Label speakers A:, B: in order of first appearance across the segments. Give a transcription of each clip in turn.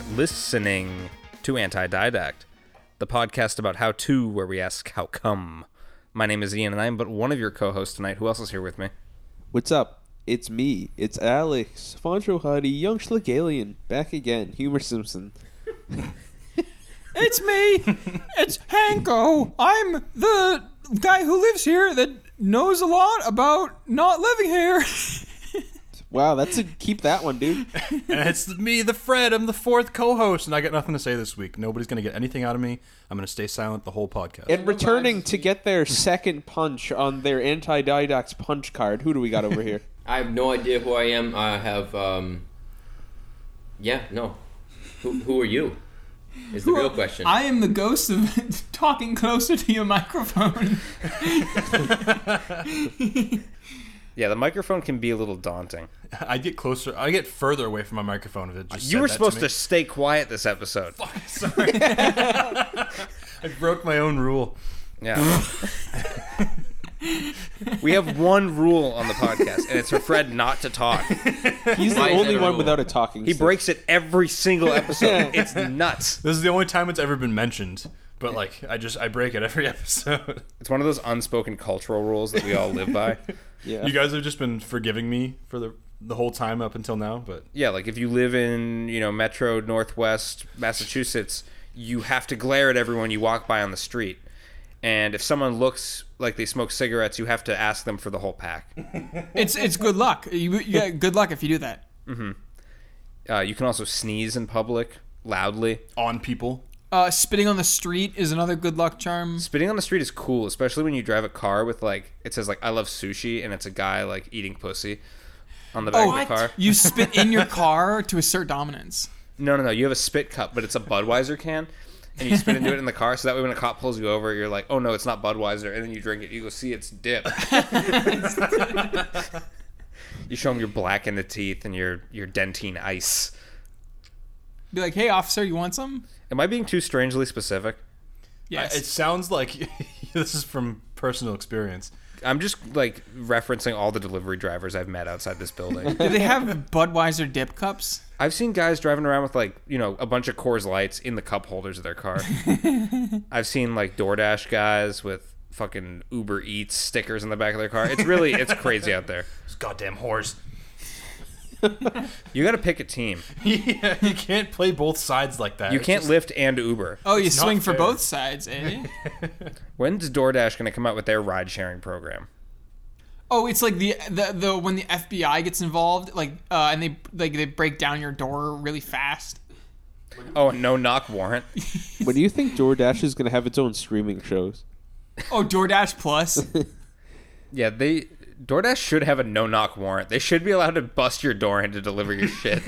A: listening to Antididact, the podcast about how to, where we ask how come. My name is Ian, and I am but one of your co-hosts tonight. Who else is here with me?
B: What's up? It's me. It's Alex, Foncho Huddy, Young Schlegelian, back again, Humor Simpson.
C: It's me. It's Hanko. I'm the guy who lives here that knows a lot about not living here.
B: Wow, that's a keep that one, dude.
D: and it's me, the Fred. I'm the fourth co-host, and I got nothing to say this week. Nobody's gonna get anything out of me. I'm gonna stay silent the whole podcast.
B: And returning to get their second punch on their anti didox punch card. Who do we got over here?
E: I have no idea who I am. I have, um, yeah, no. Who, who are you? Is the real question.
C: I am the ghost of talking closer to your microphone.
A: Yeah, the microphone can be a little daunting.
D: I get closer. I get further away from my microphone. If it just
A: you
D: said
A: were
D: that
A: supposed to,
D: to. me.
A: stay quiet this episode.
D: Sorry. I broke my own rule.
A: Yeah. we have one rule on the podcast, and it's for Fred not to talk.
B: He's the
E: Why is
B: only
E: that a
B: one
E: rule?
B: without a talking
A: He
B: stick.
A: breaks it every single episode. It's nuts.
D: This is the only time it's ever been mentioned. But like, I just I break it every episode.
A: It's one of those unspoken cultural rules that we all live by.
B: Yeah.
D: You guys have just been forgiving me for the the whole time up until now. But
A: Yeah, like if you live in, you know, Metro Northwest Massachusetts, you have to glare at everyone you walk by on the street. And if someone looks like they smoke cigarettes, you have to ask them for the whole pack.
C: it's it's good luck. You, yeah, good luck if you do that.
A: Uh, you can also sneeze in public loudly.
D: on people,
C: Uh, spitting on the street is another good luck charm.
A: Spitting on the street is cool, especially when you drive a car with like it says like I love sushi and it's a guy like eating pussy on the back
C: Oh,
A: of the car.
C: you spit in your car to assert dominance.
A: No, no, no. You have a spit cup, but it's a Budweiser can, and you spit into it in the car. So that way, when a cop pulls you over, you're like, "Oh no, it's not Budweiser," and then you drink it. You go see it's dip. you show them your black in the teeth and your your dentine ice.
C: Be like, hey, officer, you want some?
A: Am I being too strangely specific?
C: Yes.
D: it sounds like this is from personal experience.
A: I'm just like referencing all the delivery drivers I've met outside this building.
C: do they have Budweiser dip cups?
A: I've seen guys driving around with like you know a bunch of Coors Lights in the cup holders of their car. I've seen like DoorDash guys with fucking Uber Eats stickers in the back of their car. It's really it's crazy out there.
D: This goddamn horse.
A: You got to pick a team.
D: yeah, you can't play both sides like that.
A: You
D: It's
A: can't
D: just-
A: Lyft and Uber.
C: Oh, you
D: It's not
C: swing for
D: fair.
C: both sides, eh?
A: When's DoorDash going to come out with their ride sharing program?
C: oh, it's like the, the the when the FBI gets involved, like uh, and they like they break down your door really fast.
A: Oh, a no knock warrant.
B: When do you think DoorDash is going to have its own streaming shows?
C: Oh, DoorDash Plus.
A: Yeah, they DoorDash should have a no knock warrant. They should be allowed to bust your door in to deliver your shit.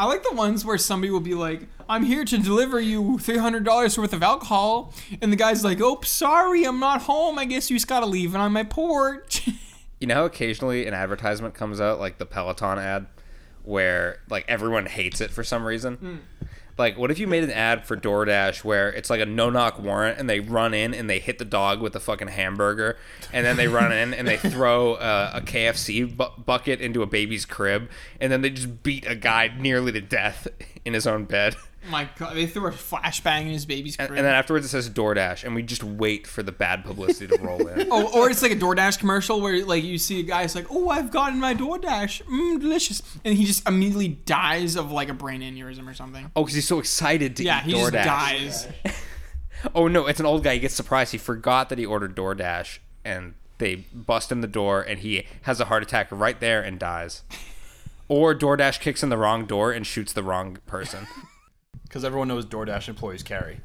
C: I like the ones where somebody will be like, "I'm here to deliver you three hundred dollars worth of alcohol," and the guy's like, "Oh, sorry, I'm not home. I guess you just gotta leave it on my porch."
A: You know how occasionally an advertisement comes out, like the Peloton ad, where like everyone hates it for some reason?
C: Hmm.
A: Like, what if you made an ad for DoorDash where it's like a no knock warrant and they run in and they hit the dog with a fucking hamburger and then they run in and they throw uh, a KFC bu- bucket into a baby's crib and then they just beat a guy nearly to death in his own bed.
C: my God, they threw a flashbang in his baby's crib.
A: And, and then afterwards it says DoorDash and we just wait for the bad publicity to roll in.
C: Oh, or it's like a DoorDash commercial where like you see a guy's like, "Oh, I've gotten my DoorDash, mmm, delicious," and he just immediately dies of like a brain aneurysm or something.
A: Oh, because he's so excited to
C: Yeah,
A: eat
C: he
A: DoorDash.
C: just dies.
A: Oh no, it's an old guy. He gets surprised. He forgot that he ordered DoorDash, and they bust in the door, and he has a heart attack right there and dies. Or DoorDash kicks in the wrong door and shoots the wrong person.
D: because everyone knows DoorDash employees carry.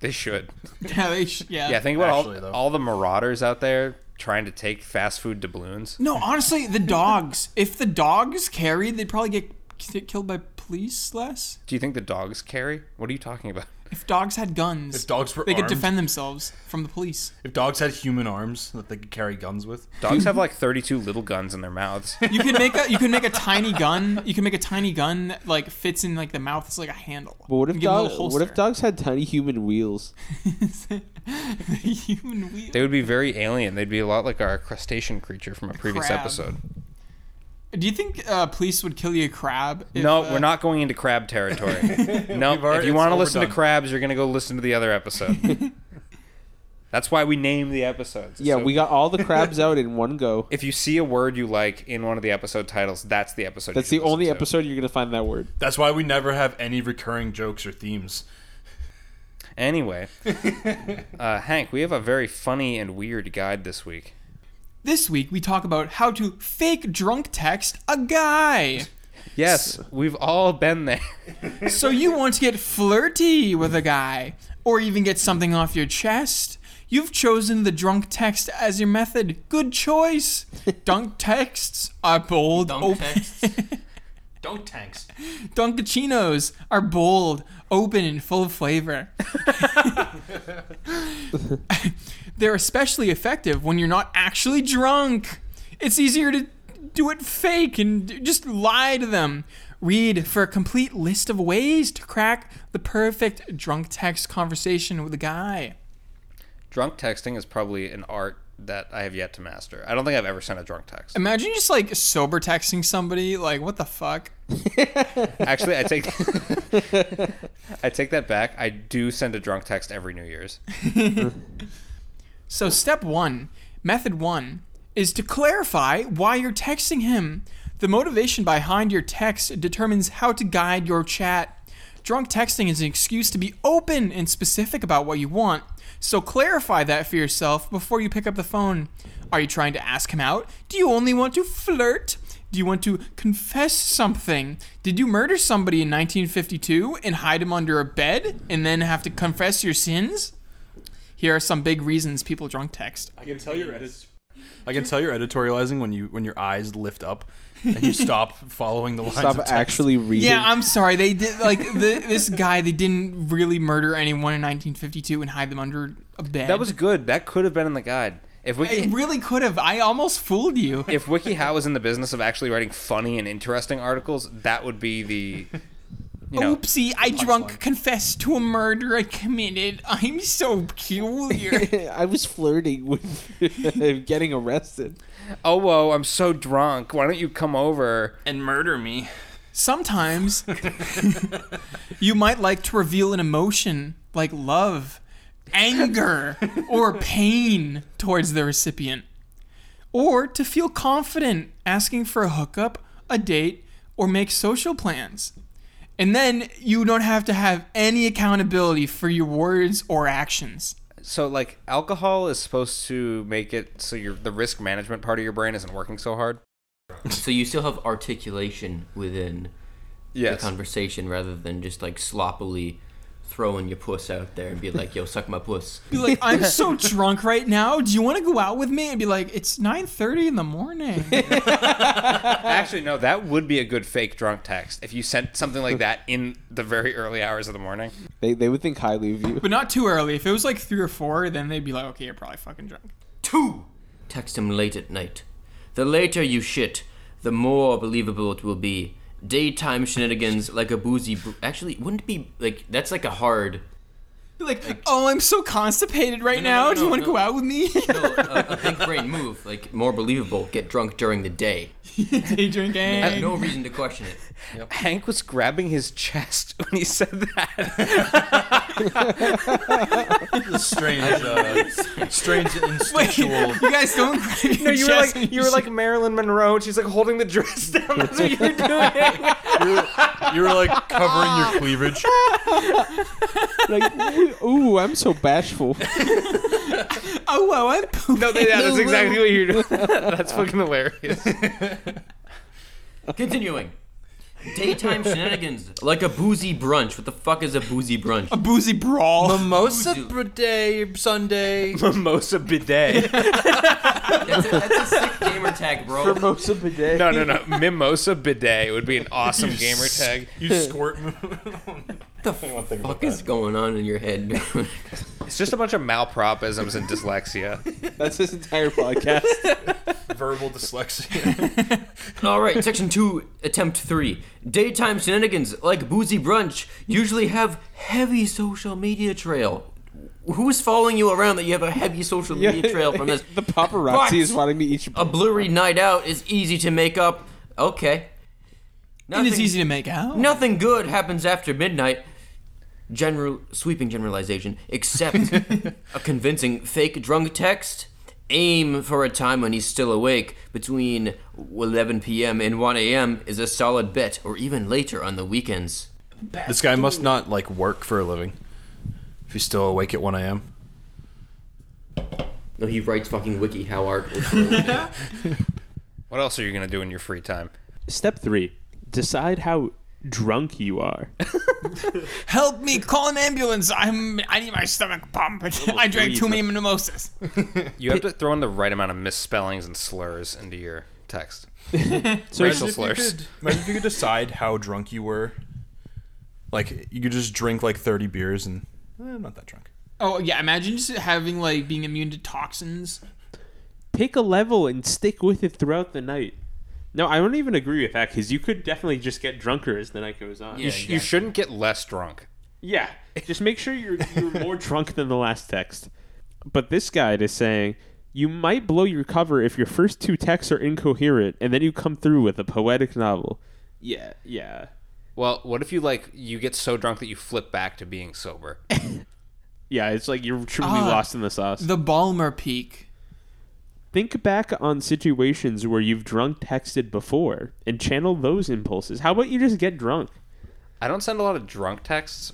A: They should.
C: Yeah, they sh- yeah.
A: Yeah, think about
D: Actually,
A: all,
D: though.
A: all the marauders out there trying to take fast food doubloons.
C: no, honestly, the dogs. if the dogs carried, they'd probably get k- killed by police less.
A: Do you think the dogs carry? What are you talking about?
C: If dogs had guns,
D: If dogs were
C: they could
D: armed.
C: defend themselves from the police.
D: If dogs had human arms that they could carry guns with,
A: Dogs have like 32 little guns in their mouths.
C: You could make a you could make a tiny gun. You can make a tiny gun that like fits in like the mouth. It's like a handle.
B: But what if,
C: Give 'em a
B: dog,
C: little
B: what if
C: holster.
B: dogs had tiny human wheels?
C: human wheel?
A: They would be very alien. They'd be a lot like our crustacean creature from a previous
C: Crab.
A: episode.
C: Do you think uh, police would kill you a crab? if,
A: no,
C: uh,
A: we're not going into crab territory. no,
D: already-
A: if you
D: it's
A: want to listen to
D: overdone.
A: crabs, you're gonna go listen to the other episode. That's why we name the episodes.
B: Yeah,
A: So
B: we got all the crabs out in one go.
A: If you see a word you like in one of the episode titles, that's the episode.
B: That's
A: you should
B: the
A: listen
B: only
A: to.
B: episode you're gonna find that word.
D: That's why we never have any recurring jokes or themes.
A: Anyway, uh, Hank, we have a very funny and weird guide this week.
C: This week we talk about how to fake drunk text a guy.
A: Yes, we've all been there.
C: so you want to get flirty with a guy, or even get something off your chest? You've chosen the drunk text as your method. Good choice. Dunk texts are bold.
E: Dunk
C: open-
E: texts. Dunk tanks.
C: Dunkachinos are bold, open, and full of flavor. They're especially effective when you're not actually drunk. It's easier to do it fake and d- just lie to them. Read for a complete list of ways to crack the perfect drunk text conversation with a guy.
A: Drunk texting is probably an art that I have yet to master. I don't think I've ever sent a drunk text.
C: Imagine just like sober texting somebody, like, what the fuck?
A: Actually, I take I take that back. I do send a drunk text every New Year's.
C: So, step one, method one, is to clarify why you're texting him. The motivation behind your text determines how to guide your chat. Drunk texting is an excuse to be open and specific about what you want, so clarify that for yourself before you pick up the phone. Are you trying to ask him out? Do you only want to flirt? Do you want to confess something? Did you murder somebody in 1952 and hide him under a bed and then have to confess your sins? Here are some big reasons people drunk text.
D: I can tell you're edit- I can tell you're editorializing when you when your eyes lift up and you stop following the lines.
B: Stop
D: of text.
B: actually reading.
C: Yeah, I'm sorry. They did like the, this guy. They didn't really murder anyone in 1952 and hide them under a bed.
A: That was good. That could have been in the guide. If
C: I
A: Wiki,
C: really could have. I almost fooled you.
A: if WikiHow was in the business of actually writing funny and interesting articles, that would be the you know
C: Oopsie! I drunk confessed to a murder I committed. I'm so peculiar.
B: I was flirting with getting arrested.
A: oh whoa I'm so drunk. Why don't you come over?
E: And murder me.
C: Sometimes you might like to reveal an emotion like love, anger, or pain towards the recipient. Or to feel confident asking for a hookup, a date, or make social plans. And then you don't have to have any accountability for your words or actions.
A: So like alcohol is supposed to make it so your the risk management part of your brain isn't working so hard.
E: So you still have articulation within the
A: Yes.
E: conversation rather than just like sloppily throwing your puss out there and be like, yo, suck my puss.
C: Be like, I'm so drunk right now. Do you want to go out with me? And be like, it's 9:30 in the morning.
A: Actually no, that would be a good fake drunk text if you sent something like that in the very early hours of the morning.
B: They, they would think highly of you.
C: But not too early. If it was like three or four, then they'd be like, okay, you're probably fucking drunk.
E: Two! Text him late at night. The later you shit, the more believable it will be. Daytime shenanigans like a boozy. Br- Actually, wouldn't it be like that's like a hard.
C: Be like, oh, I'm so constipated right
E: No, no,
C: now.
E: no,
C: Do you
E: no,
C: want to
E: no.
C: go out with me?
E: No, a, a big brain move. Like more believable. Get drunk during the day.
C: Day drinking.
E: I have no reason to question it.
A: Hank was grabbing his chest when he said that.
D: This is strange, uh, strange instinctual.
C: You guys don't. grab your
A: you were
C: chest
A: like
C: and
A: you were like Marilyn Monroe. And she's like holding the dress down. That's what you're doing.
D: You were, you were like covering your cleavage.
B: Like, ooh, I'm so bashful.
C: Oh, wow, I'm pooping.
A: no, yeah, that's exactly what you're doing. That's fucking hilarious.
E: Continuing. Daytime shenanigans like a boozy brunch. What the fuck is a boozy brunch?
C: a boozy brawl.
D: Mimosa day Sunday.
A: Mimosa bidet.
E: That's a, that's a sick gamer tag, bro.
B: Hermosa bidet.
A: No, no, no. Mimosa bidet would be an awesome gamer tag.
D: You squirt.
E: What is going on in your head?
A: It's just a bunch of malpropisms and dyslexia.
B: That's this entire podcast.
D: verbal dyslexia.
E: All right, section two, attempt three. Daytime shenanigans like boozy brunch usually have heavy social media trail. Who's following you around that you have a heavy social media trail from this?
B: the paparazzi
E: But
B: is wanting to eat your
E: A blurry night out is easy to make up. Okay. Nothing,
C: and it's easy to make out.
E: nothing good happens after midnight. General sweeping generalization, except a convincing fake drunk text. Aim for a time when he's still awake between 11 p.m. and 1 a.m. is a solid bet, or even later on the weekends.
D: This guy must not like work for a living. If he's still awake at 1 a.m.
E: No, he writes fucking wiki how art.
A: What else are you gonna do in your free time?
B: Step three: decide how drunk you are.
C: Help me! Call an ambulance! I'm. I need my stomach pumped. I drank too many mimosas.
A: You have to throw in the right amount of misspellings and slurs into your text.
B: So
A: Racial slurs.
D: imagine if you could decide how drunk you were. Like you could just drink like 30 beers and eh, I'm not that drunk.
C: Oh yeah, imagine just having like being immune to toxins.
B: pick a level and stick with it throughout the night. No, I don't even agree with that because you could definitely just get drunker as the night goes on.
E: Yeah.
A: You, sh- you shouldn't get less drunk.
B: Yeah, just make sure you're you're more drunk than the last text. But this guide is saying you might blow your cover if your first two texts are incoherent, and then you come through with a poetic novel. Yeah, yeah.
A: Well, what if you like you get so drunk that you flip back to being sober?
B: Yeah, it's like you're truly
C: Ah,
B: lost in the sauce.
C: The Balmer Peak.
B: Think back on situations where you've drunk texted before and channel those impulses. How about you just get drunk?
A: I don't send a lot of drunk texts,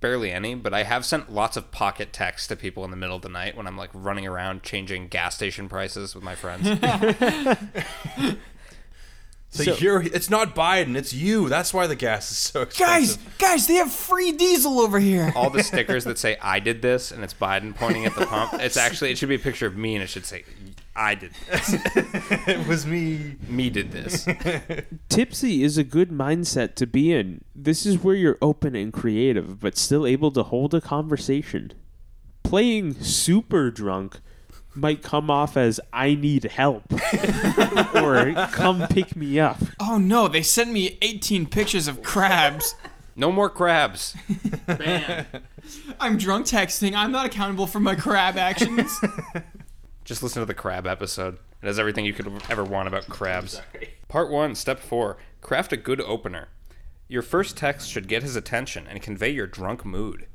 A: barely any, but I have sent lots of pocket texts to people in the middle of the night when I'm like running around changing gas station prices with my friends.
D: So,
B: So-
D: you're it's not Biden, it's you. That's why the gas is so
C: Guys,
D: expensive.
C: guys, they have free diesel over here.
A: All the stickers that say I did this and it's Biden pointing at the pump. It's actually it should be a picture of me and it should say I did this.
D: it was me.
A: Me did this.
B: Tipsy is a good mindset to be in. This is where you're open and creative, but still able to hold a conversation. Playing super drunk might come off as I need help or come pick me up.
C: Oh no, they sent me 18 pictures of crabs.
A: No more crabs.
C: I'm drunk texting. I'm not accountable for my crab actions.
A: Just listen to the crab episode. It has everything you could ever want about crabs. Part 1, Step 4 Craft a good opener. Your first text should get his attention and convey your drunk mood.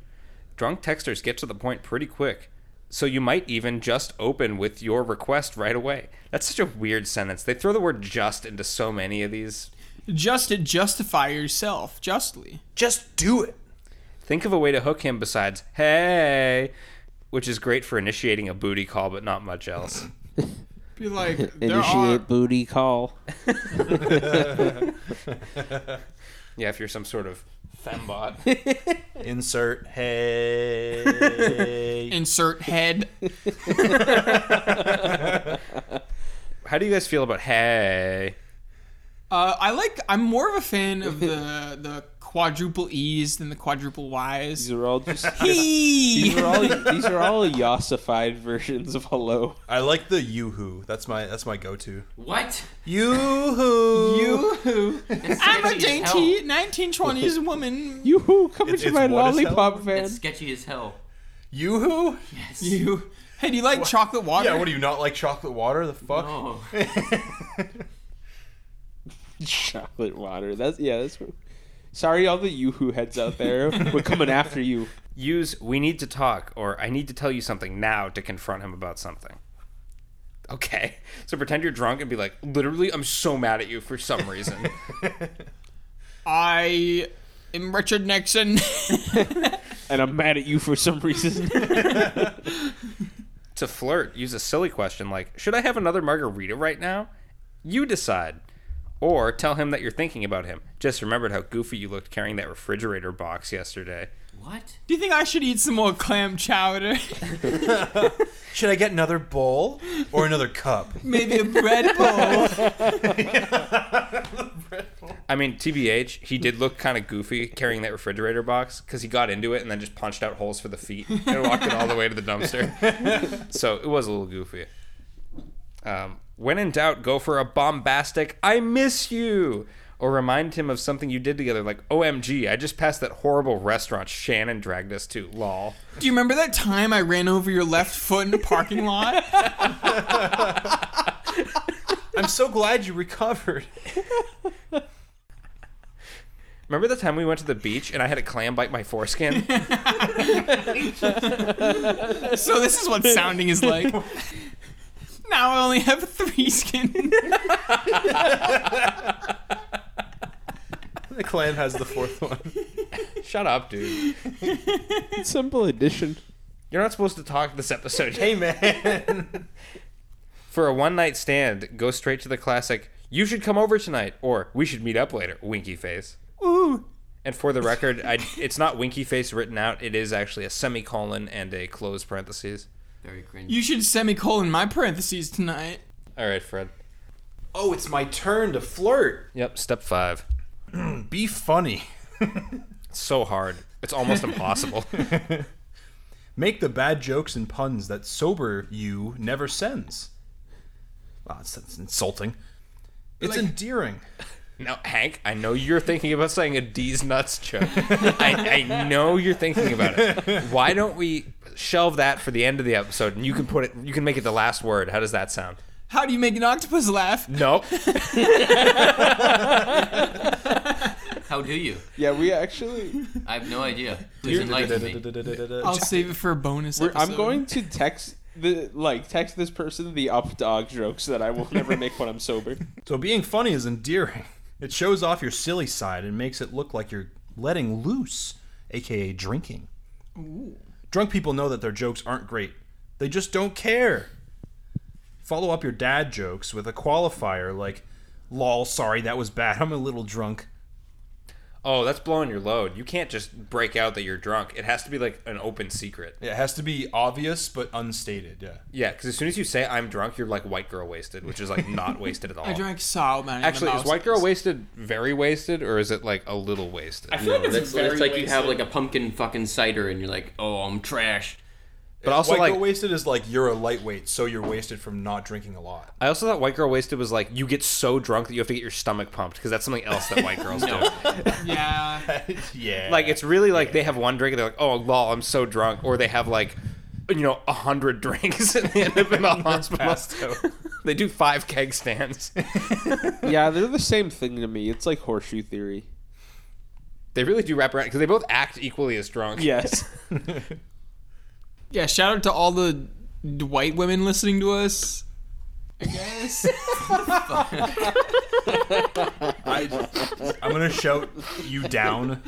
A: Drunk texters get to the point pretty quick, so you might even just open with your request right away. That's such a weird sentence. They throw the word just into so many of these.
C: Just to justify yourself, justly.
D: Just do it.
A: Think of a way to hook him besides, hey, which is great for initiating a booty call, but not much else.
C: Be like, there are.
B: booty call.
A: Yeah, if you're some sort of fembot.
D: Insert hey.
C: Insert head.
A: How do you guys feel about hey?
C: Uh, I like. I'm more of a fan of the the quadruple E's than the quadruple Y's.
B: These are all just
C: Hey!
B: these are all these are all yossified versions of hello.
D: I like the yoo-hoo. That's my that's my go-to.
E: what?
D: Yoo-hoo.
C: You, I'm a
E: sketchy
C: dainty
E: as
C: 1920s woman.
B: Yoo-hoo, come into
D: it's
B: my
D: what is hell?
B: lollipop van.
E: It's sketchy as hell.
D: Yoo-hoo?
C: You, hey, do you like chocolate water?
D: Yeah, what do you not like chocolate water? The fuck?
E: Oh,
B: Chocolate water. That's yeah, that's Sorry all the yoo-hoo heads out there. We're coming after you.
A: Use we need to talk or I need to tell you something now to confront him about something. Okay. So pretend you're drunk and be like, literally, I'm so mad at you for some reason.
C: I am Richard Nixon.
B: and I'm mad at you for some reason.
A: to flirt, use a silly question like, should I have another margarita right now? You decide. Or tell him that you're thinking about him. Just remembered how goofy you looked carrying that refrigerator box yesterday.
E: what?
C: do you think I should eat some more clam chowder?
D: Should I get another bowl or another cup?
C: Maybe a bread bowl.
A: I mean, TBH, he did look kind of goofy carrying that refrigerator box because he got into it and then just punched out holes for the feet and walked it all the way to the dumpster. so it was a little goofy. Um, when in doubt, go for a bombastic, I miss you, or remind him of something you did together, like, OMG, I just passed that horrible restaurant Shannon dragged us to, lol.
C: do you remember that time I ran over your left foot in the parking lot?
D: I'm so glad you recovered.
A: Remember the time we went to the beach and I had a clam bite my foreskin?
C: So this is what sounding is like. Now I only have three skin.
D: The clan has the fourth one.
A: Shut up, dude.
B: Simple addition.
A: You're not supposed to talk this episode.
D: Hey man.
A: For a one night stand, go straight to the classic, you should come over tonight, or we should meet up later, winky face.
C: Ooh.
A: And for the record, I, it's not winky face written out, it is actually a semicolon and a closed parentheses.
E: Very cringe.
C: You should semicolon my parentheses tonight.
A: All right, Fred.
D: Oh, it's my turn to flirt.
A: Yep, step five.
D: Be funny.
A: It's so hard. It's almost impossible.
D: Make the bad jokes and puns that sober you never sends. Wow, that's, that's insulting. It's
C: Like-
D: endearing.
A: Now, Hank, I know you're thinking about saying a D's nuts joke. I, I know you're thinking about it. Why don't we shelve that for the end of the episode, and you can put it, you can make it the last word. How does that sound?
C: How do you make an octopus laugh?
A: Nope.
E: How do you?
B: Yeah, we actually.
E: I have no idea. Please enlighten me.
C: I'll save it for a bonus.
B: We're, I'm
C: episode.
B: going to text the like text this person the up dog jokes that I will never make when I'm sober.
D: So being funny is endearing. It shows off your silly side and makes it look like you're letting loose, aka drinking. Drunk people know that their jokes aren't great. They just don't care. Follow up your dad jokes with a qualifier like, lol, sorry, that was bad. I'm a little drunk.
A: Oh, that's blowing your load. You can't just break out that you're drunk. It has to be like an open secret.
D: It has to be obvious but unstated, yeah.
A: Yeah, because as soon as you say I'm drunk, you're like white girl wasted, which is like not wasted at all.
C: I drank so many.
A: Actually, is
C: mimosas.
A: white girl wasted very wasted, or is it like a little wasted?
E: I feel like
C: it's
E: that's, that's
C: very
E: like you have
C: wasted.
E: like a pumpkin fucking cider and you're like, oh, I'm trash.
A: But also
D: White
A: like
D: girl wasted is like you're a lightweight, so you're wasted from not drinking a lot.
A: I also thought white girl wasted was like you get so drunk that you have to get your stomach pumped because that's something else that white girls do.
C: Yeah.
D: yeah.
A: Like it's really like they have one drink and they're like, oh lol, I'm so drunk, or they have like, you know, a hundred drinks and they end up in the hospital. they do five keg stands.
B: yeah, they're the same thing to me. It's like horseshoe theory.
A: They really do wrap around because they both act equally as drunk.
B: Yes.
C: Yeah. Shout out to all the d- white women listening to us. I guess.
D: I, I'm gonna shout you down.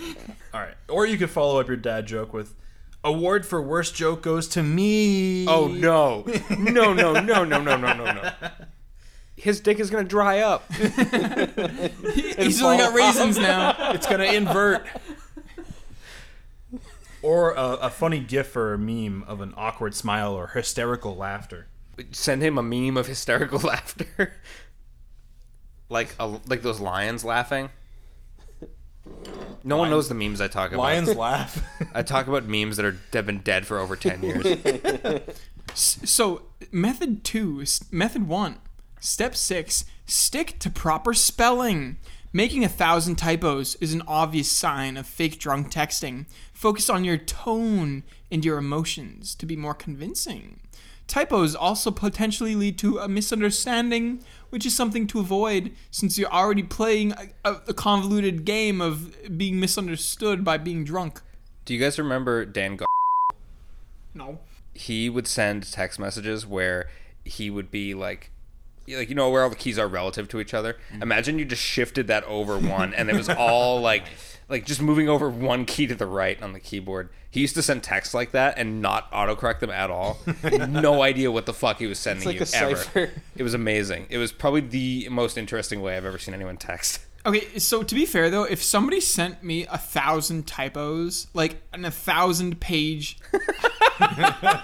D: All right, or you could follow up your dad joke with award for worst joke goes to me.
A: Oh no, no, no, no, no, no, no, no, no. His dick is gonna dry up.
C: He's only got raisins now.
D: it's gonna invert. Or a, a funny gif or a meme of an awkward smile or hysterical laughter.
A: Send him a meme of hysterical laughter, like a, like those lions laughing. No one knows the memes I talk about.
D: Lions laugh.
A: I talk about memes that are have been dead for over ten years.
C: So method two, s- method one, step six: stick to proper spelling. Making a thousand typos is an obvious sign of fake drunk texting. Focus on your tone and your emotions to be more convincing. Typos also potentially lead to a misunderstanding, which is something to avoid since you're already playing a, a- a convoluted game of being misunderstood by being drunk.
A: Do you guys remember Dan? Gar-
C: No.
A: he would send text messages where he would be like like you know where all the keys are relative to each other
B: Mm-hmm.
A: imagine you just shifted that over one and it was all like like just moving over one key to the right on the keyboard he used to send texts like that and not autocorrect them at all no idea what the fuck he was sending
B: like
A: you
B: a
A: ever
B: cipher.
A: it was amazing it was probably the most interesting way i've ever seen anyone text
C: Okay, so to be fair though, if somebody sent me a thousand typos, like an a thousand page,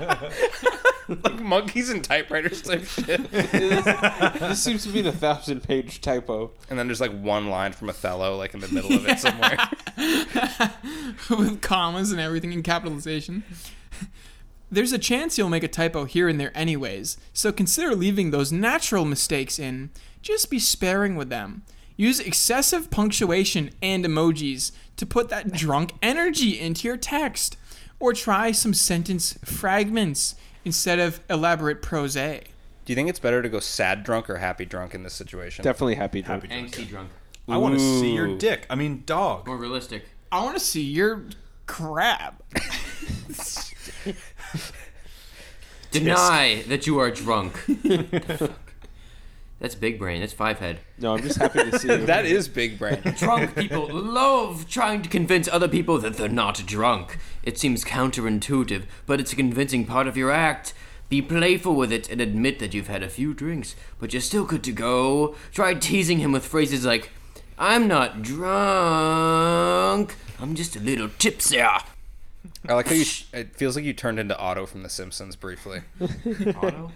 A: like monkeys and typewriters type shit
B: this seems to be the thousand page typo.
A: and then there's like one line from othello like in the middle of it somewhere
C: with commas and everything in capitalization, there's a chance you'll make a typo here and there anyways. So consider leaving those natural mistakes in. Just be sparing with them. Use excessive punctuation and emojis to put that drunk energy into your text, or try some sentence fragments instead of elaborate prose.
A: Do you think it's better to go sad drunk or happy drunk in this situation?
B: Definitely happy drunk.
D: Happy drunk.
E: Angsty drunk.
D: I want to see your
A: Ooh.
D: dick. I mean, dog.
E: More realistic.
C: I want to see your crab.
E: Deny that you are drunk. Fuck. That's big brain. That's five head.
B: No, I'm just happy to see you.
A: That is big brain.
E: Drunk people love trying to convince other people that they're not drunk. It seems counterintuitive, but it's a convincing part of your act. Be playful with it and admit that you've had a few drinks, but you're still good to go. Try teasing him with phrases like, I'm not drunk, I'm just a little tipsy.
A: I like how you. It feels like you turned into Otto from The Simpsons briefly.
E: Auto?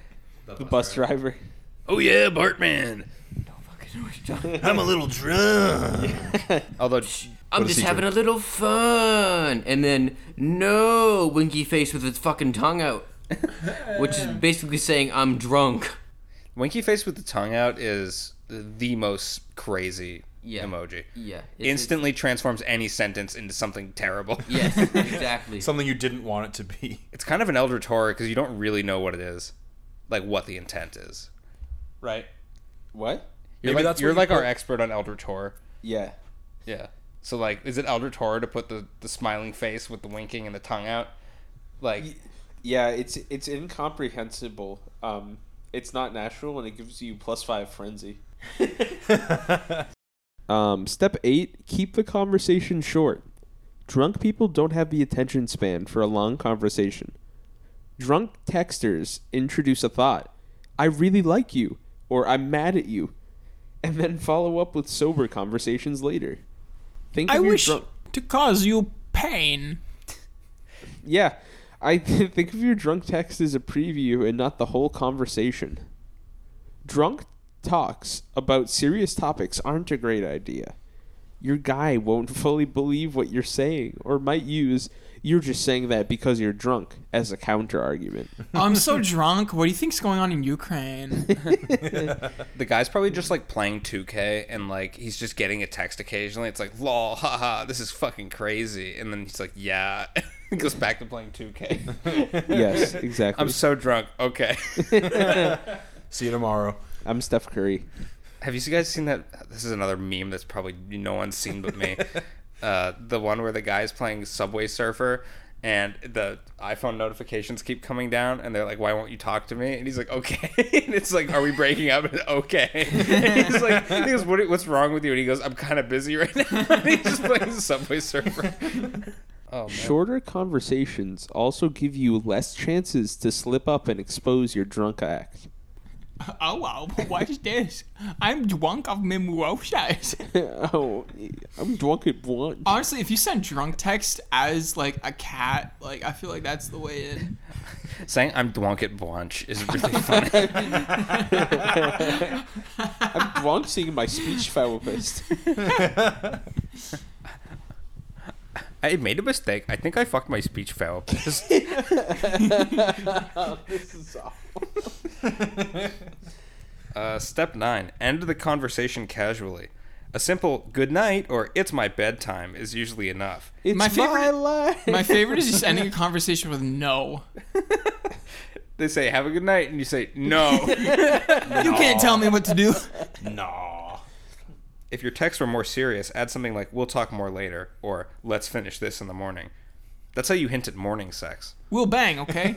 B: the bus driver.
A: Oh yeah, Bartman.
E: Don't fucking know what you're talking
D: I'm a little drunk.
A: Although
E: I'm
D: does
E: just
D: he
E: having a little fun. And then, no, winky face with its fucking tongue out. Which is basically saying, I'm drunk.
A: Winky face with the tongue out is the most crazy
E: Yeah.
A: emoji.
E: Yeah. it's- it's-
A: Instantly transforms any sentence into something terrible.
E: Yes, exactly.
D: Something you didn't want it to be.
A: It's kind of an elder horror because you don't really know what it is, like what the intent is.
B: Right. What?
A: You're
D: Maybe
A: like,
D: that's what
A: you're
D: you
A: like our
D: put-
A: expert on elder horror.
B: Yeah.
A: Yeah. So like, is it elder horror to put the the smiling face with the winking and the tongue out? Like,
B: Yeah, it's it's incomprehensible. Um, it's not natural, and it gives you plus five frenzy. um, step eight: keep the conversation short. Drunk people don't have the attention span for a long conversation. Drunk texters introduce a thought: "I really like you," or "I'm mad at you," and then follow up with sober conversations later. Think of
C: I
B: your
C: wish
B: drunk-
C: to cause you pain.
B: Yeah. I think of your drunk text as a preview and not the whole conversation. Drunk talks about serious topics aren't a great idea. Your guy won't fully believe what you're saying or might use you're just saying that because you're drunk as a counter argument.
C: I'm so drunk. What do you think's going on in Ukraine?
A: The guy's probably just like playing 2K and like he's just getting a text occasionally. It's like, lol, haha, this is fucking crazy. And then he's like, yeah, goes back to playing 2K.
B: yes, exactly.
A: I'm
B: I'm,
A: so drunk. Okay.
D: See you tomorrow.
B: Steph Curry.
A: Have you guys seen that? This is another meme that's probably no one's seen but me. uh, the one where the guy's playing Subway Surfer and the iPhone notifications keep coming down and they're like, why won't you talk to me? And he's like, okay. and it's like, are we breaking up? And okay. And he's like, he goes, what, what's wrong with you? And he goes, I'm kind of busy right now. and he's just playing Subway Surfer. Oh, man.
B: Shorter conversations also give you less chances to slip up and expose your drunk act.
C: oh wow, watch this. I'm drunk of mimosas.
B: oh, I'm drunk at one.
C: Honestly, if you send drunk text as like a cat, like I feel like that's the way in.
A: Saying I'm drunk at brunch is really funny.
B: I'm drunk seeing my speech therapist.
A: I made a mistake. I think I fucked my speech therapist.
B: this is awful.
A: Uh, step nine: end the conversation casually. A simple "good night" or "it's my bedtime" is usually enough.
B: It's
C: My
B: my,
C: favorite-
B: life.
C: My favorite is just ending a conversation with no.
A: They say "have a good night" and you say "no."
C: You can't tell me what to do.
D: No.
A: if your texts were more serious, add something like "we'll talk more later" or "let's finish this in the morning." That's how you hint at morning sex.
C: We'll bang, okay?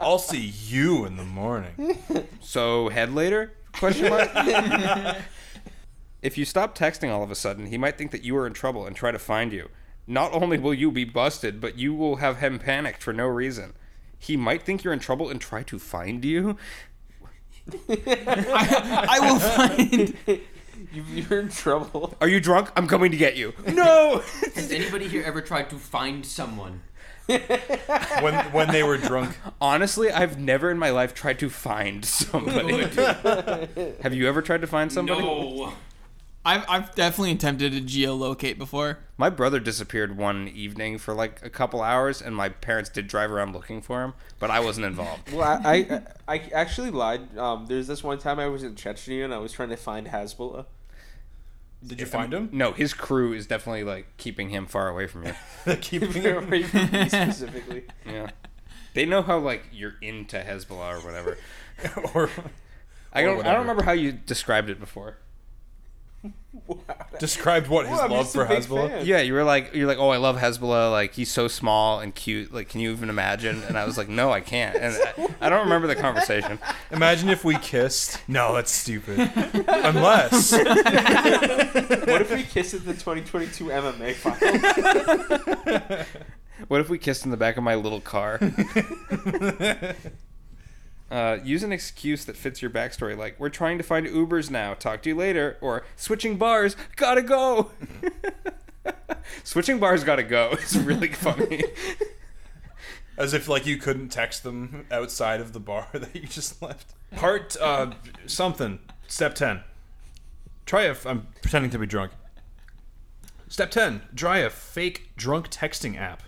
D: I'll see you in the morning.
A: So head later? Question mark. if you stop texting all of a sudden, he might think that you are in trouble and try to find you. Not only will you be busted, but you will have him panicked for no reason. He might think you're in trouble and try to find you.
C: I, I will find.
B: You're in trouble.
A: Are you drunk? I'm coming to get you. No.
E: Has anybody here ever tried to find someone?
D: When when they were drunk.
A: Honestly, I've never in my life tried to find somebody. have you ever tried to find somebody?
E: No.
C: I've, I've definitely attempted to geolocate before.
A: My brother disappeared one evening for like a couple hours, and my parents did drive around looking for him, but I wasn't involved.
B: Well, I, I, I actually lied. Um, there's this one time I was in Chechnya and I was trying to find Hezbollah.
D: Did you find him?
A: No, his crew is definitely like keeping him far away from you.
D: Keeping him.
B: Specifically,
A: Yeah. They know how like you're into Hezbollah or whatever.
D: or
A: I don't. I
D: whatever.
A: don't remember how you described it before.
D: described what his
B: I'm
D: love
B: just
D: for
B: a big
D: Hezbollah.
B: fan.
A: Yeah, you were like, you're like, oh, I love Hezbollah. Like he's so small and cute. Like, can you even imagine? And I was like, no, I can't. And I, I don't remember the conversation.
D: Imagine if we kissed. No, that's stupid. Unless
B: What if we kiss at the 2022 MMA final?
A: What if we kissed in the back of my little car? Uh, use an excuse that fits your backstory, like we're trying to find Ubers now. Talk to you later, or switching bars. Gotta go. switching bars. Gotta go. It's really funny.
D: as if like you couldn't text them outside of the bar that you just left. Part uh, something. Step ten. Try a. F- I'm pretending to be drunk. Step ten. Try a fake drunk texting app.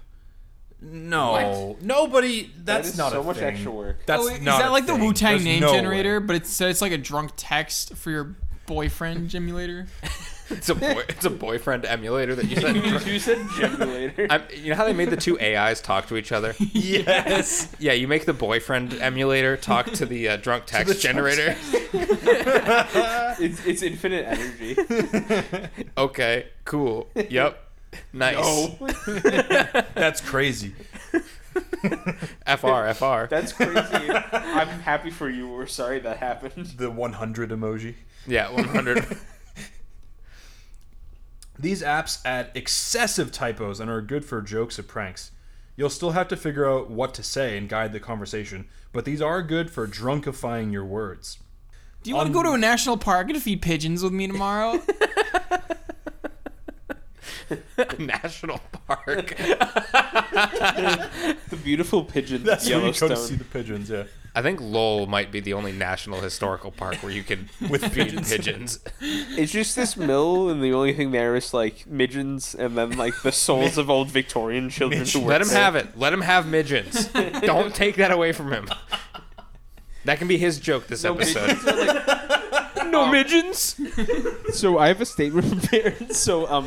D: No, nobody. That's
B: is
D: not
B: so
D: a
B: much
D: thing.
B: extra work.
D: That's
C: Oh, wait, is
D: not
C: that
D: a
C: like the
D: thing.
C: Wu Tang
D: There's
C: name
D: no way.
C: generator, but it's it's like a drunk text for your boyfriend emulator?
A: It's a boy, it's a boyfriend emulator that you
B: you
A: said.
B: said generator.
A: I, you know how they made the two AIs talk to each other?
D: Yes.
A: Yeah, you make the boyfriend emulator talk to the uh, drunk text generator.
B: It's, it's infinite energy.
A: okay, cool. Yep. Nice.
D: That's crazy.
A: FR, FR.
B: That's crazy. I'm happy for you. We're sorry that happened.
D: The 100 emoji.
A: yeah, 100.
D: These apps add excessive typos and are good for jokes and pranks. You'll still have to figure out what to say and guide the conversation, but these are good for drunkifying your words.
C: Do you want to
D: Um,
C: go to a national park and feed pigeons with me tomorrow?
A: National Park.
B: The beautiful pigeon
D: That's when you go
B: Yellowstone.
D: to see the pigeons, yeah.
A: I think Lowell might be the only national historical park where you can with feed pigeons.
B: It's just this mill, and the only thing there is like midgeons, and then like the souls of old Victorian children who
A: Let him have it. Let him have midgets. Don't take that away from him. That can be his joke this episode.
B: No midgeons. so I have a statement prepared. So um,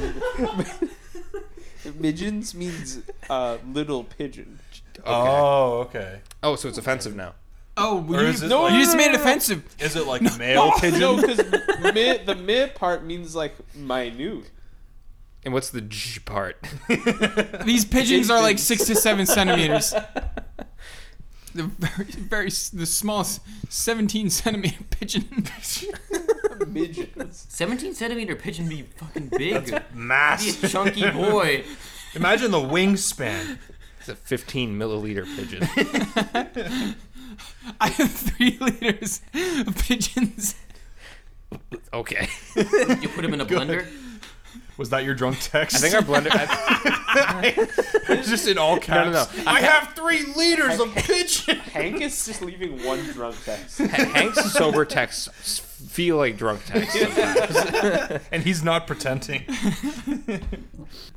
B: midgeons means uh, little pigeon.
A: Okay.
D: Oh, okay.
A: Oh, so it's offensive now.
C: oh,
D: Or
C: you,
D: is it
C: you
D: like-
C: just made it offensive.
D: Is it like male pigeon?
B: No, because the mid part means like minute.
A: And what's the G part?
C: These pigeons are like six to seven centimeters. The very, very s- the smallest seventeen centimeter pigeon.
B: Midgeons.
E: 17 centimeter pigeon be fucking big. Be a
D: Massive.
E: chunky boy.
D: Imagine the wingspan.
A: It's a 15 milliliter pigeon.
C: I have three liters of pigeons.
A: Okay.
E: You put him in a blender.
D: Was that your drunk text?
A: I think our blender. I,
D: it's just in all
A: no, no,
D: caps.
A: no.
D: I have three liters of pigeon.
B: Hank is just leaving one drunk text.
A: Hank's sober texts feel like drunk texts.
D: and he's not pretending.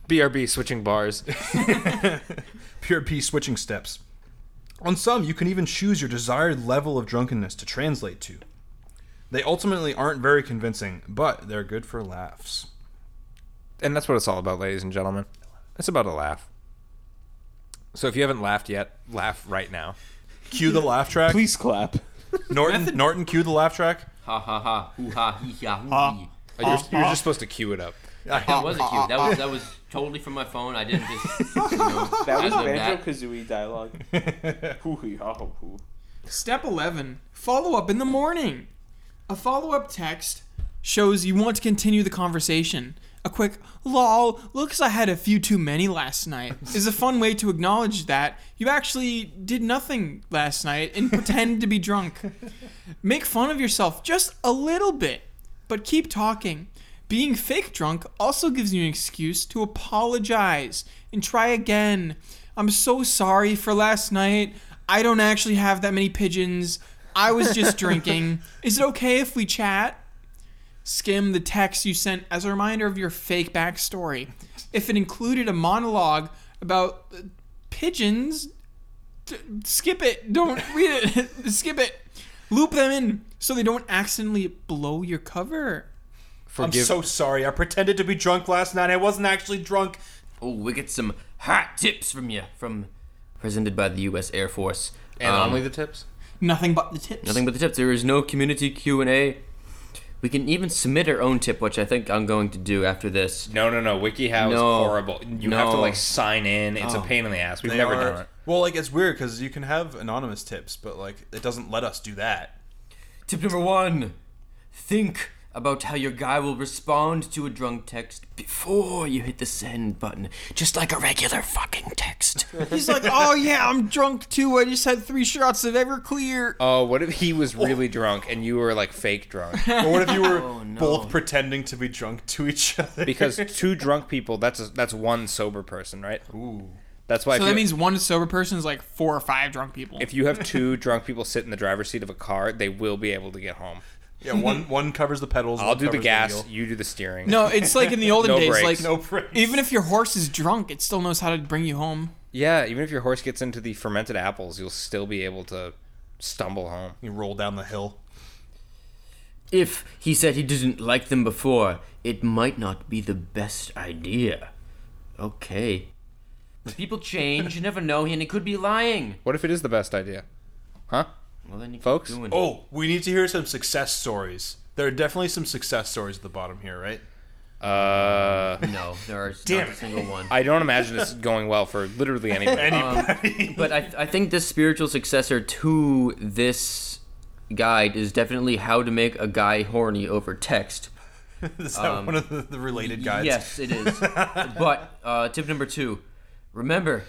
A: BRB switching bars.
D: PRP switching steps. On some, you can even choose your desired level of drunkenness to translate to. They ultimately aren't very convincing, but they're good for laughs.
A: And that's what it's all about, ladies and gentlemen. It's about a laugh. So if you haven't laughed yet, laugh right now.
D: Cue the laugh track.
B: Please clap.
D: Norton, Norton, cue the laugh track.
E: Ha ha ha. Hoo ha hee ha hoo hee.
A: Oh, You're, you're just supposed to cue it up.
E: That wasn't cute. That was that was totally from my phone. I didn't just. You know,
B: That was
E: I know
B: Banjo
E: that.
B: Kazooie dialogue. Hoo hoo ha hoo hoo.
C: Step 11 follow up in the morning. A follow up text shows you want to continue the conversation. A quick, lol, looks I had a few too many last night is a fun way to acknowledge that you actually did nothing last night and pretend to be drunk. Make fun of yourself just a little bit, but keep talking. Being fake drunk also gives you an excuse to apologize and try again. I'm so sorry for last night. I don't actually have that many pigeons. I was just drinking. Is it okay if we chat? Skim the text you sent as a reminder of your fake backstory. If it included a monologue about uh, pigeons, t- skip it. Don't read it. skip it. Loop them in so they don't accidentally blow your cover.
A: Forgive.
D: I'm so sorry. I pretended to be drunk last night. I wasn't actually drunk.
E: Oh, we get some hot tips from you from presented by the U.S. Air Force.
A: And
E: Um,
A: only the tips?
C: Nothing but the tips.
E: Nothing but the tips. There is no community Q and A. We can even submit our own tip, which I think I'm going to do after this.
A: No, no, no. WikiHow is
E: No.
A: horrible. You have to
E: No.
A: like sign in. It's a pain in the ass. We've
D: They
A: never
D: are-
A: done it.
D: Uh, Well, like it's weird because you can have anonymous tips, but like it doesn't let us do that.
E: Tip number one: Think about how your guy will respond to a drunk text before you hit the send button, just like a regular fucking text.
C: He's like, oh yeah, I'm drunk too. I just had three shots of Everclear.
A: Oh, what if he was really drunk and you were like fake drunk?
D: Or what if you were
A: Oh,
E: no.
D: both pretending to be drunk to each other?
A: Because two drunk people, that's a, that's one sober person, right?
D: Ooh.
A: That's why. if,
C: So that
A: you,
C: means one sober person is like four or five drunk people.
A: if you have two drunk people sit in the driver's seat of a car, they will be able to get home.
D: yeah, one one covers the pedals.
A: I'll
D: one
A: do the
D: covers
A: gas.
D: wheel.
A: you do the steering.
C: no, it's like in the olden
A: No
C: days,
A: brakes.
C: like
D: No brakes.
C: even if your horse is drunk, it still knows how to bring you home.
A: Yeah, even if your horse gets into the fermented apples, you'll still be able to stumble home.
D: you roll down the hill.
E: If he said he didn't like them before, it might not be the best idea. Okay. But People change, you never know, and he could be lying.
A: What if it is the best idea? Huh?
E: Well, then you keep
A: Folks?
E: doing it.
D: Oh, we need to hear some success stories. There are definitely some success stories at the bottom here, right?
A: Uh,
E: No, there are
D: Damn
E: not a
D: it.
E: single one.
A: I don't imagine this going well for literally anyone.
D: Anybody?
E: But I, I think the spiritual successor to this guide is definitely how to make a guy horny over text.
D: is that
A: Um,
D: one of the, the related guys?
E: Yes, it is. but uh, tip number two remember,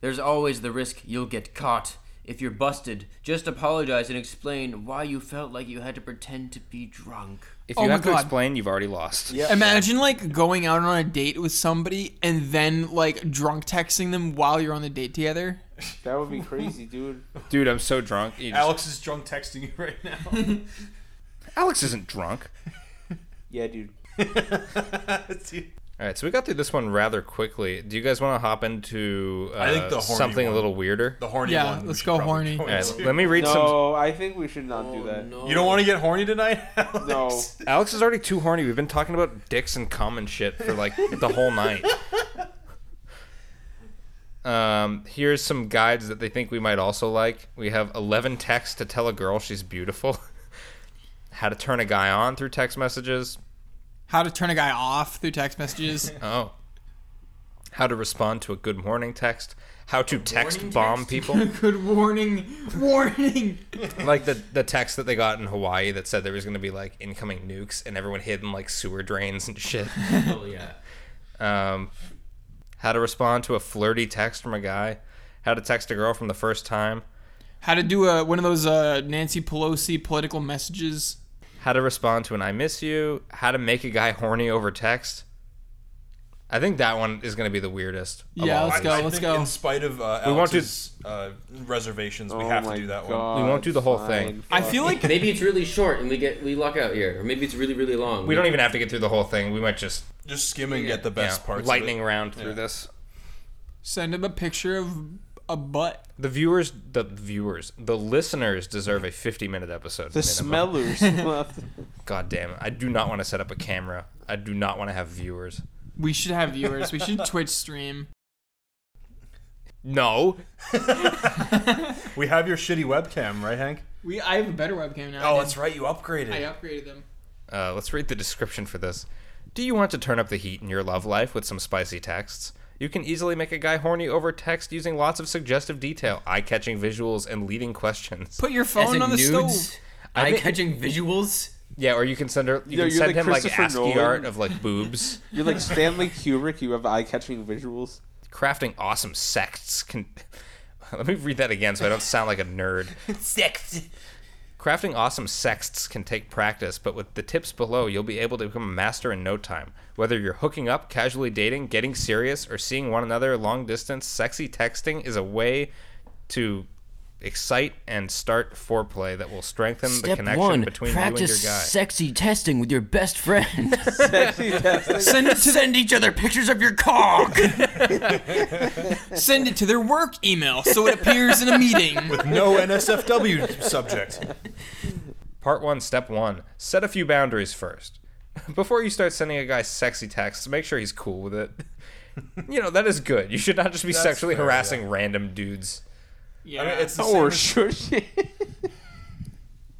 E: there's always the risk you'll get caught. If you're busted, just apologize and explain why you felt like you had to pretend to be drunk.
A: If
C: Oh
A: you
C: my
A: have to
C: God.
A: explain, you've already lost. Yeah.
C: Imagine like going out on a date with somebody and then like drunk texting them while you're on the date together.
B: That would be crazy, dude.
A: Dude, I'm so drunk. You just-
D: Alex is drunk texting you right now.
A: Alex isn't drunk.
B: Yeah, dude.
A: All right, so we got through this one rather quickly. Do you guys want to hop into uh,
D: I think the horny
A: something a
D: one.
A: little weirder?
D: the horny
C: Yeah,
D: one. we
C: let's
D: should
C: go horny.
D: probably go
A: All right,
D: into.
A: let me read some.
B: I think we should not do that.
D: You don't want to get horny tonight, Alex?
A: Alex is already too horny. We've been talking about dicks and cum and shit for like the whole night. Um, here's some guides that they think we might also like. We have 11 texts to tell a girl she's beautiful, how to turn a guy on through text messages.
C: How to turn a guy off through text messages.
A: Oh, how to respond to a good morning text, how to text
E: morning
A: bomb
E: text?
A: people.
C: Good warning, warning.
A: like the the text that they got in Hawaii that said there was going to be like incoming nukes and everyone hid in like sewer drains and shit.
E: Oh, yeah.
A: Um, how to respond to a flirty text from a guy, how to text a girl from the first time,
C: How to do a, one of those uh, Nancy Pelosi political messages.
A: how to respond to an I miss you, how to make a guy horny over text. I think that one is going to be the weirdest. of
C: Yeah,
A: all of
C: let's
D: I-
A: these.
C: go,
D: I
C: let's
D: think
C: go.
D: In spite of uh,
A: We want to-
D: Alex's uh, reservations,
B: Oh
D: we have to do that one.
A: We won't do the whole thing.
C: I feel like
E: Maybe it's really short and we get we luck out here, or maybe it's really really long.
A: We don't even have to get through the whole thing. We might just
D: Just skim and get the
A: you
D: best
A: know,
D: parts. of it.
A: lightning round through this.
C: send him a picture of a butt.
A: The viewers, the viewers, the listeners deserve a 50 minute episode.
B: The
A: minimum.
B: smellers.
A: God damn it. I do not want to set up a camera. I do not want to have viewers.
C: We should have viewers. We should Twitch stream.
A: No.
D: We have your shitty webcam, right, Hank?
C: We I have a better webcam now.
D: Oh,
C: I did-
D: that's right. You upgraded.
C: I upgraded them.
A: Uh, let's read the description for this. Do you want to turn up the heat in your love life with some spicy texts? You can easily make a guy horny over text using lots of suggestive detail, eye catching visuals, and leading questions.
C: Put your
E: As
C: phone
E: in
C: on the
E: nudes,
C: stove.
E: eye catching visuals.
A: yeah, or you can send her. You
B: Yeah,
A: can
B: you're
A: send
B: like
A: him like
B: Christopher
A: ASCII
B: Nolan.
A: art of like boobs.
B: You're like Stanley Kubrick. You have eye-catching visuals.
A: Crafting awesome sects can. Let me read that again so I don't sound like a nerd.
E: Sex.
A: Crafting awesome sexts can take practice, but with the tips below, you'll be able to become a master in no time. Whether you're hooking up, casually dating, getting serious, or seeing one another long distance, sexy texting is a way to excite and start foreplay that will strengthen the
E: Step
A: connection
E: one:
A: between you
E: practice
A: and your guy.
E: sexy testing with your best friend.
C: Send it to
E: Send each other pictures of your cock.
C: send it to their work email so it appears in a meeting.
D: No NSFW subject.
A: Part 1, Step 1 Set a few boundaries first. Before you start sending a guy sexy texts, make sure he's cool with it. you know that is good. You should not just be
D: That's
A: sexually
D: fair,
A: harassing random dudes.
C: Yeah.
D: it's the
B: or
D: same
B: should she?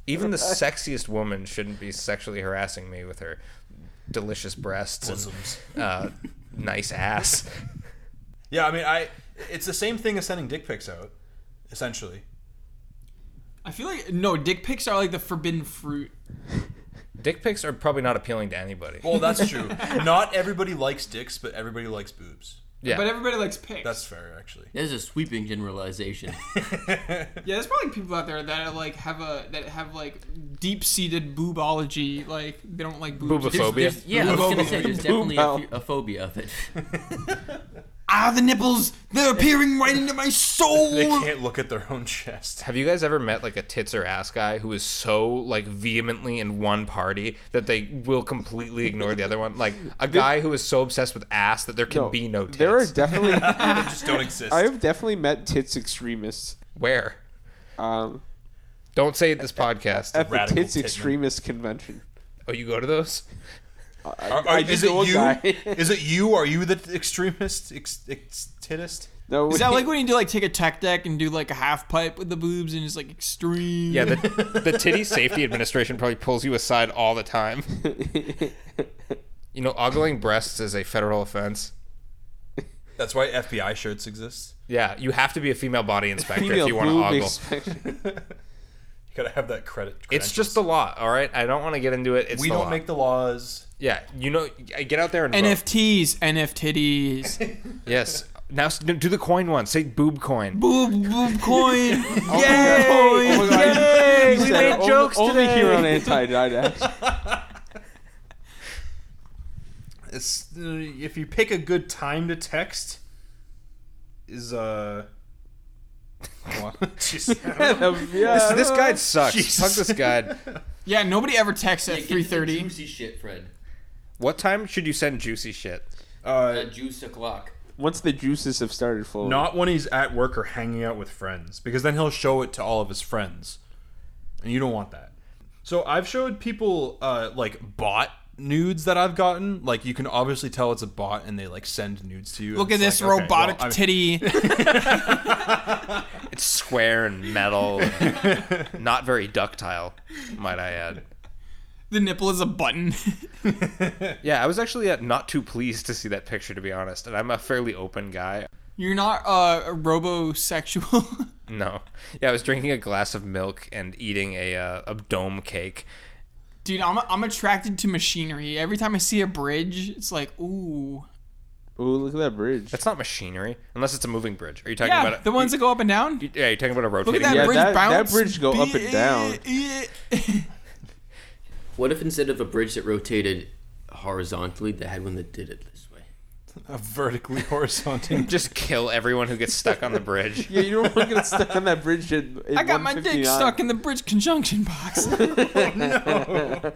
A: Even the sexiest woman shouldn't be sexually harassing me with her delicious breasts
D: as
A: and
D: bosoms.
A: uh, nice ass.
D: Yeah, I mean, I it's the same thing as sending dick pics out, essentially.
C: I feel like no dick pics are like the forbidden fruit.
A: Dick pics are probably not appealing to anybody.
D: Well, that's true. Not everybody likes dicks, but everybody likes boobs.
A: yeah,
C: But everybody likes pics.
D: That's fair, actually.
E: There's a sweeping generalization.
C: yeah, there's probably people out there that are like have a that have like deep seated boobology. Like they don't like boobs.
A: Boobophobia.
E: There's- there's- yeah, I was gonna say there's definitely a,
B: Boom.
E: ph- a phobia of it.
C: Ah, the nipples! They're appearing right into my
D: They
C: soul.
D: can't look at their own chest.
A: Have you guys ever met like a tits or ass guy who is so like vehemently in one party that they will completely ignore the other one? Like a guy who is so obsessed with ass that there can be no tits.
B: There are definitely.
D: They just don't exist.
B: I have definitely met tits extremists.
A: Where?
B: Um,
A: Don't say it this podcast.
B: at the
D: Radical
B: tits
D: titman.
B: extremist convention.
A: oh, you go to those?
D: Are- are-
B: I
D: is
B: did
D: it
B: the old
D: you?
B: guy.
D: is it you? Are you the extremist? Ex, ex, titist?
B: No,
C: Is that like when you do like take a tech deck and do like a half pipe with the boobs and it's like extreme?
A: Yeah, the, the Titty Safety Administration probably pulls you aside all the time. You know, ogling breasts is a federal offense.
D: That's why FBI shirts exist.
A: Yeah, you have to be a female body inspector
B: female
A: if you want to
B: boob
A: ogle.
B: inspection?
D: You gotta have that credit.
A: it's
D: credentials.
A: just the law, all right? I don't want to get into it. It's
D: we
A: the
D: don't
A: law.
D: make the laws.
A: Yeah, you know, get out there and vote.
C: NFTs, NFTs,
A: Yes. Now s- do the coin one. Say boob coin.
C: boob boob coin.
B: Yay! Oh my God.
A: Yay!
B: He
A: We
B: said
A: made
B: only-
A: jokes
B: Only
A: today.
B: here on Anti-Didact.
D: It's uh, if you pick a good time to text, is uh. What? Jeez.
A: This, this guide sucks.
D: Jesus.
A: Fuck this guide.
C: Yeah, nobody ever texts at
E: Get to the
C: three thirty.
E: Juicy shit, Fred.
A: What time should you send juicy shit?
D: Uh,
E: That juice o'clock.
B: Once the juices have started flowing.
D: Not when he's at work or hanging out with friends, because then he'll show it to all of his friends, and you don't want that. So I've showed people uh, like bot nudes that I've gotten. Like you can obviously tell it's a bot, and they like send nudes to you. and
C: Look at
D: it's
C: this
D: like, okay,
C: robotic
D: well, I-
C: titty.
A: It's square and metal, and not very ductile, might I add.
C: the nipple is a button.
A: Yeah, I was actually uh, not too pleased to see that picture, to be honest. And I'm a fairly open guy.
C: You're not uh, a robosexual.
A: No, yeah, I was drinking a glass of milk and eating a uh, a dome cake.
C: Dude, I'm, I'm attracted to machinery. Every time I see a bridge, it's like, ooh.
B: Ooh, look at that bridge.
A: That's not machinery, unless it's a moving bridge. Are you talking
C: Yeah,
A: about a-
C: the ones that go up and down.
A: Yeah, you're talking about a
C: Look at
A: rotating.
C: that
B: Yeah,
C: bridge
B: that- that
C: bounce.
B: bridge go up and down.
E: What if instead of a bridge that rotated horizontally, they had one that did it this way?
D: a vertically horizontal.
A: Just kill everyone who gets stuck on the bridge.
B: Yeah, you don't want to get stuck on that bridge. At, at
C: I got my
B: 159.
C: dick stuck in the bridge conjunction box.
D: I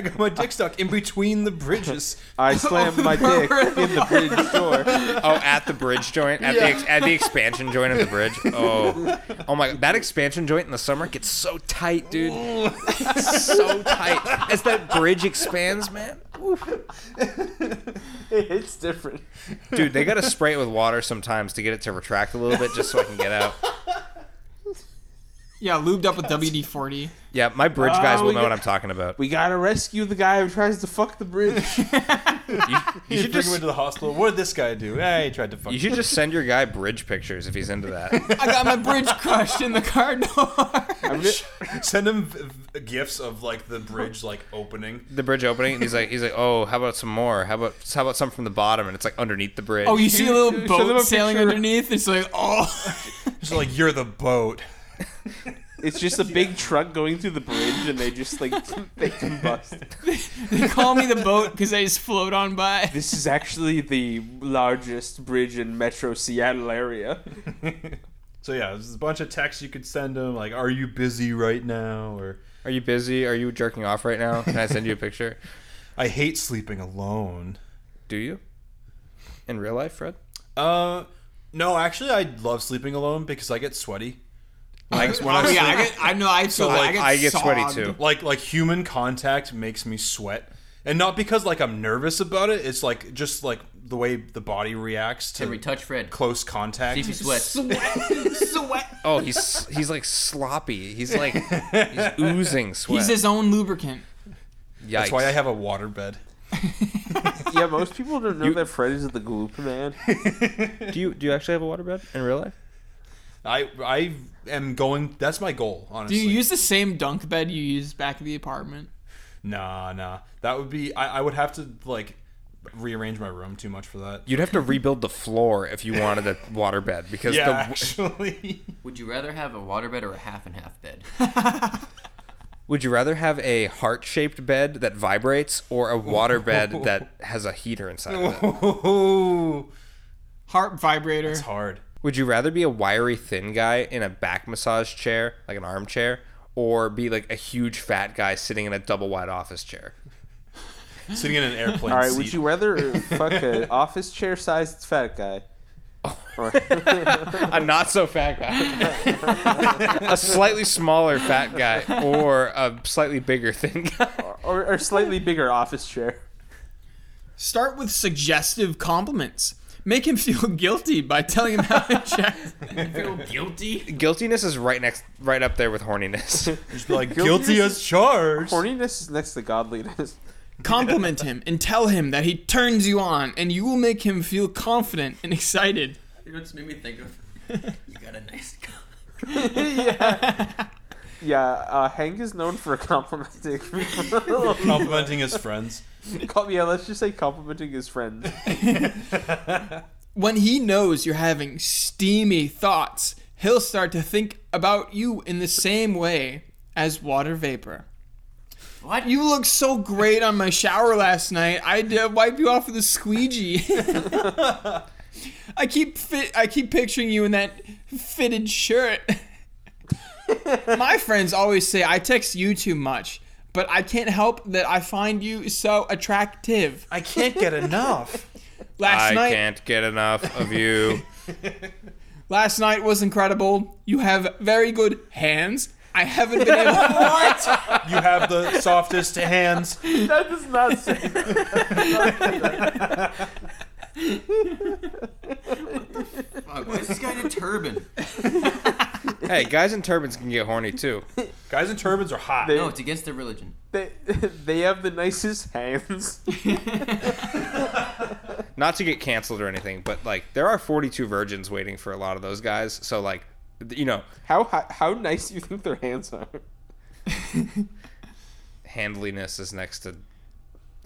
D: got my dick stuck in between the bridges.
B: I slammed my dick in the bridge door.
A: Oh, at the bridge joint, at the ex- at the expansion joint of the bridge. Oh, oh my! That expansion joint in the summer gets so tight, dude. so tight as that bridge expands, man.
B: It's different.
A: Dude, they gotta spray it with water sometimes to get it to retract a little bit, just so I can get out.
C: yeah, lubed up with WD 40.
A: Yeah, my bridge guys
B: Oh,
A: will
B: we
A: know
B: got-
A: what I'm talking about.
B: We gotta rescue the guy who tries to fuck the bridge.
A: You, you
D: You
A: should
D: bring him
A: just
D: into the hospital. What did this guy do? Hey, he tried to fuck.
A: you should just send your guy bridge pictures if he's into that.
C: I got my bridge crushed in the car door.
B: I'm just-
D: Send him v- v- gifts of like the bridge like opening.
A: The bridge opening, and he's like, he's like, oh, how about some more? How about how about some from the bottom? And it's like underneath the bridge.
C: Oh, you see a
B: Show them
C: little
B: a
C: boat sailing
B: picture.
C: underneath? It's like, oh.
D: Just like you're the boat.
B: it's just a big truck going through the bridge, and they just like they combust.
C: They call me the boat because I just float on by.
B: This is actually the largest bridge in Metro Seattle area.
D: So yeah, there's a bunch of texts you could send him. Like, are you busy right now? Or
A: Are you busy? Are you jerking off right now? Can I send you a picture?
D: I hate sleeping alone.
A: Do you? In real life, Fred?
D: Uh, no, actually, I love sleeping alone because I get sweaty. Like when
C: Oh,
D: I
C: yeah, I
D: sleep,
C: get, I know, I feel that.
A: like, I get sweaty
C: sogged.
A: too.
D: like like human contact makes me sweat, And not because like I'm nervous about it. It's like just like the way the body reacts to
E: Henry, touch Fred.
D: close contact.
E: See if he sweats.
C: Sweat, sweat.
A: Oh, he's he's like sloppy. He's like he's oozing sweat.
C: He's his own lubricant.
D: That's why I have a water bed.
B: Yeah, most people don't know that Fred is the gloop man.
A: Do you do you actually have a waterbed in real life?
D: I I am going. That's my goal,
C: Do
D: honestly.
C: you use the same dunk bed you used back at the apartment?
D: Nah, nah. That would be. I, I would have to like rearrange my room too much for that.
A: You'd have to rebuild the floor if you wanted a waterbed because
D: Yeah,
A: the
D: actually.
E: Would you rather have a waterbed or a half and half bed?
A: Would you rather have a heart-shaped bed that vibrates or a waterbed that has a heater inside of it?
D: Ooh,
C: Heart vibrator.
D: it's hard.
A: Would you rather be a wiry thin guy in a back massage chair, like an armchair, or be like a huge fat guy sitting in a double wide office chair?
D: Sitting in an airplane.
B: All right,
D: seat.
B: would you rather fuck an office chair sized fat guy? Or
A: A not so fat guy. a slightly smaller fat guy or a slightly bigger thin guy.
B: or, or slightly bigger office chair.
C: Start with suggestive compliments. Make him feel guilty by telling him how to check.
E: Feel guilty?
A: Guiltiness is right next right up there with horniness.
D: Just be like
B: Guilty
D: guilty
B: as-
D: as charged?
B: Horniness is next to godliness.
C: Compliment him and tell him that he turns you on, and you will make him feel confident and excited.
E: You know what just made me think of? You got a nice guy.
B: Yeah, uh, Hank is known for complimenting.
D: Complimenting his friends.
B: Com- yeah, let's just say complimenting his friend.
C: When he knows you're having steamy thoughts, he'll start to think about you in the same way as water vapor.
E: What?
C: You look so great on my shower last night. I had to wipe you off with a squeegee. I keep fit, I keep picturing you in that fitted shirt. my friends always say I text you too much, but I can't help that I find you so attractive.
D: I can't get enough.
C: Last
A: I
C: night,
A: can't get enough of you.
C: last night was incredible. You have very good hands. I haven't been able. what?
D: You have the softest hands.
B: That does not say.
E: Fuck, why is this guy in a turban?
A: hey, guys in turbans can get horny too.
D: Guys in turbans are hot.
B: They-
E: No, it's against their religion.
B: They, they have the nicest hands.
A: Not to get canceled or anything, but like there are 42 virgins waiting for a lot of those guys. So like, th- you know,
B: How hi- how nice do you think their hands are?
A: handliness is next to.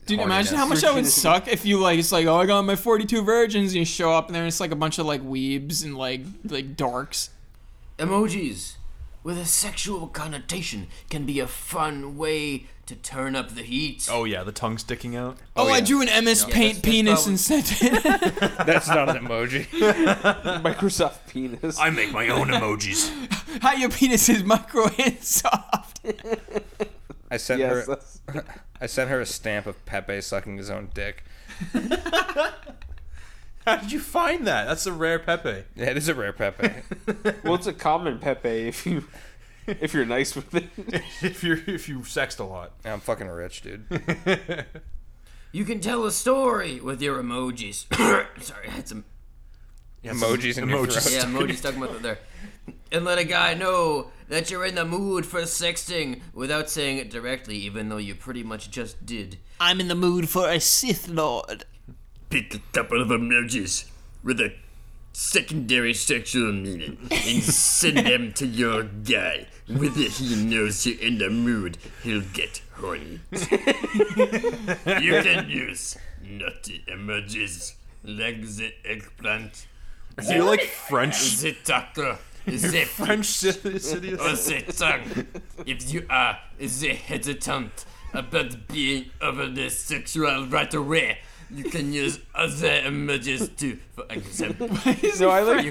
C: Dude,
A: Horniness.
C: imagine how much that would suck if you like it's like, oh I got my forty two virgins and you show up and there it's like a bunch of like weebs and like like dorks.
E: Emojis with a sexual connotation can be a fun way to turn up the heat.
D: Oh yeah, the tongue sticking out.
C: Oh, I
A: yeah.
C: drew an MS paint penis
E: that's- that's probably-
C: and sent it.
A: That's not an emoji.
B: Microsoft penis.
D: I make my own emojis.
C: How your penis is micro and soft.
A: I sent
B: yes.
A: her.
B: that's-
A: I sent her a stamp of Pepe sucking his own dick.
D: How did you find that? That's a rare Pepe.
A: Yeah, it is a rare Pepe.
B: Well, it's a common Pepe if you if you're nice with it.
D: if you if you sexed a lot.
A: I'm fucking rich, dude.
E: You can tell a story with your emojis. Sorry, I had some
A: Emojis in your
D: Emojis.
A: throat.
E: yeah emojis talking about that there. And let a guy know that you're in the mood for sexting without saying it directly, even though you pretty much just did.
C: I'm in the mood for a Sith Lord.
E: pick a couple of emojis with a secondary sexual meaning and send them to your guy. Whether he knows you're in the mood, he'll get horny. you can use nutty emojis like the eggplant,
D: You're like French.
E: the taco, the
D: French city.
E: or the tongue. If you are the hesitant about being overly sexual right away, you can use other emojis too. For example,
B: No, I like.
E: you,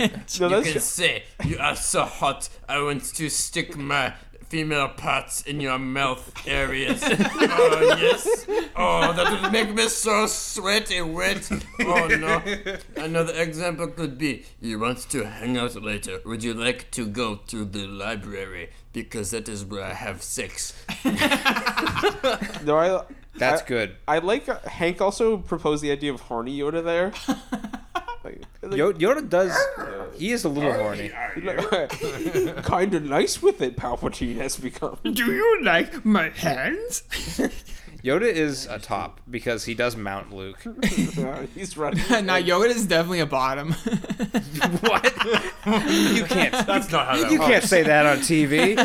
B: No,
E: you can
B: that's
E: say, You are so hot, I want to stick my female parts in your mouth areas. oh, yes. Oh, that would make me so sweaty wet. Oh, no. Another example could be you want to hang out later. Would you like to go to the library? Because that is where I have sex.
B: No, I.
A: That's
B: I-
A: good.
B: I like uh, Hank also proposed the idea of horny Yoda there. like, like,
A: Yo- Yoda does. He is a little horny.
B: like, kind of nice with it, Palpatine has become.
C: Do you like my hands?
A: Yoda is a top because he does mount Luke.
B: Uh, he's running.
C: now Yoda is definitely a bottom.
A: what? You can't.
D: That's not how that
A: You can't say that on TV.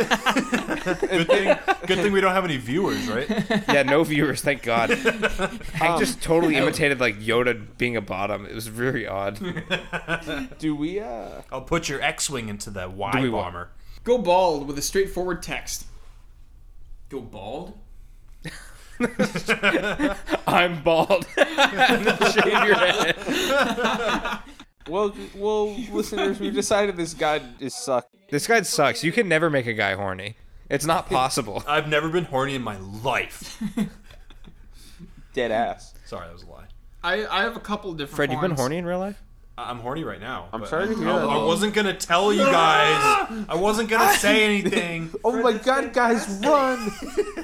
D: Good thing, good thing we don't have any viewers, right?
A: Yeah, no viewers, thank God. Hank just totally imitated like Yoda being a bottom. It was very odd.
B: Do we? uh...
D: I'll put your X-wing into the
A: we
D: Y
A: wa-
D: bomber.
C: Go bald with a straightforward text.
E: Go bald?
A: I'm bald. And then Shave your head.
B: Well, well, listeners, we decided this guy is suck.
A: This guy sucks. You can never make a guy horny. It's not possible.
D: I've never been horny in my life.
B: Dead ass.
D: Sorry, that was a lie.
C: I, I have a couple different.
A: Fred, you've been
C: horns.
A: horny in real life?
D: I- I'm horny right now. I'm
B: sorry to hear
D: I,
B: that.
D: I wasn't gonna tell you guys. I wasn't gonna say anything.
B: Oh my god, guys, run!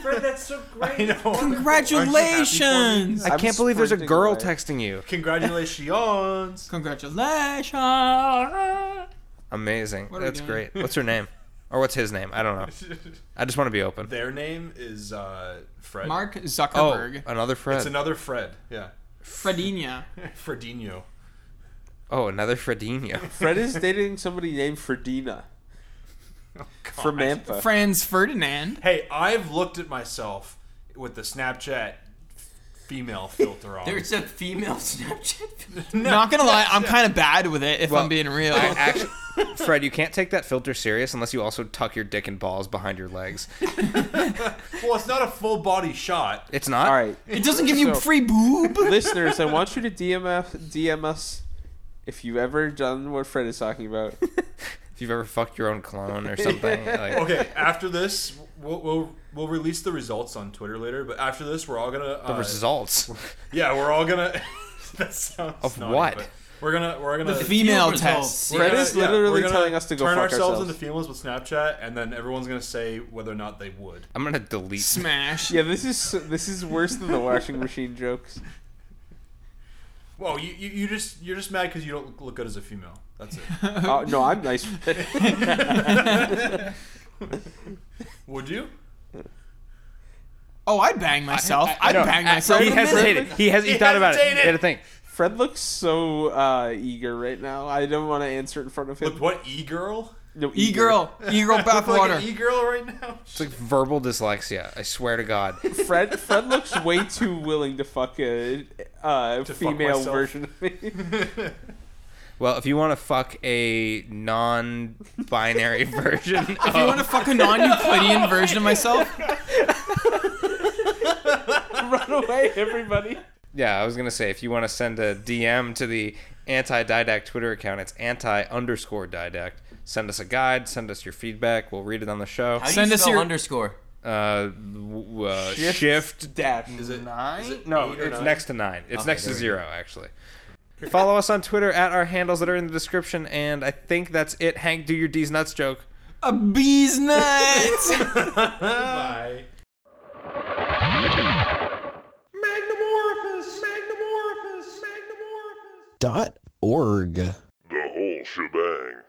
F: Fred, that's so
D: You
F: great.
D: know?
C: Congratulations!
A: I
B: I'm
A: can't believe there's a
B: sprinting
A: girl
B: away.
A: texting you.
D: Congratulations.
C: Congratulations!
A: Amazing.
C: are we
A: That's
C: doing?
A: great. What's her name? Or what's his name? I don't know. I just want to be open.
D: Their name is uh, Fred.
C: Mark
A: Oh,
C: Zuckerberg.
A: another Fred.
D: It's another Fred. Yeah.
C: Fredinha.
D: Fredinho.
A: oh, another Fredinho.
B: Fred is dating somebody named Ferdina. Oh, Fermantha.
C: Franz Ferdinand.
D: Hey, I've looked at myself with the Snapchat f- female filter on.
E: There's a female Snapchat.
C: Not gonna lie, I'm kind of bad with it if
A: Well,
C: I'm being real.
A: I actually, Fred, you can't take that filter serious unless you also tuck your dick and balls behind your legs.
D: well, it's not a full body shot.
A: It's not.
B: All right,
C: it doesn't give you
B: So-
C: free boob.
B: listeners, I want you to DMF DM us if you've ever done what Fred is talking about.
A: If you've ever fucked your own clone or something, like,
D: Okay, after this, we'll, we'll we'll release the results on Twitter later. But after this, we're all gonna uh,
A: results.
D: Yeah, we're all gonna. that sounds
A: Of
D: naughty,
A: what?
D: but We're gonna we're gonna.
C: Female
E: results.
C: test.
D: we're
B: Fred
D: gonna-
B: is
D: yeah,
B: literally
D: we're gonna
B: telling us to go
D: turn
B: fuck
D: ourselves
B: ourselves.
D: into females with Snapchat, and then everyone's gonna say whether or not they would.
A: I'm gonna delete.
C: Smash.
B: Yeah, this is this is worse than the washing machine jokes.
D: Well, you, you, you just you're just mad because you don't look- look good as a female. That's it.
B: Oh no, I'm nice. Fred.
D: would you?
C: Oh, I'd bang myself. I,
A: No,
C: would bang
A: uh,
C: myself.
A: He
C: in a minute.
A: hesitated. He has. He,
D: He
A: thought about it.
D: hesitated.
A: He had to think.
B: Fred looks so uh, eager right now. I don't want to answer in front of him.
D: Look, what e girl?
B: No,
C: E girl, e girl
D: Like an
C: bathwater.
D: e girl right now.
A: It's like verbal dyslexia. I swear to God.
B: Fred Fred looks way too willing to fuck a uh,
D: fuck
B: female
D: myself.
B: version of me.
A: Well, if you want to fuck a non-binary version,
C: If you want to fuck a non-Euclidean version of myself,
B: Run away, everybody.
A: yeah, I was gonna say if you want to send a DM to the anti-didact Twitter account, it's anti underscore didact. Send us a guide. Send us your feedback. We'll read it on the show.
E: How do
C: Send
E: you
C: us
E: spell
C: your-
E: underscore?
A: Uh, w- uh,
B: Shift.
A: shift
B: Dash.
D: Is it
C: Nine?
A: No,
D: Eight or
A: it's
D: nine?
A: next to nine. It's next to
E: there we
A: zero, actually. Follow us on Twitter at our handles that are in the description, and I think that's it. Hank, do your D's nuts joke.
C: a bee's nuts.
D: Bye.
F: Magnum Orpus! Magnum Orpus! Magnum Orpus!
G: dot org.
H: The whole shebang.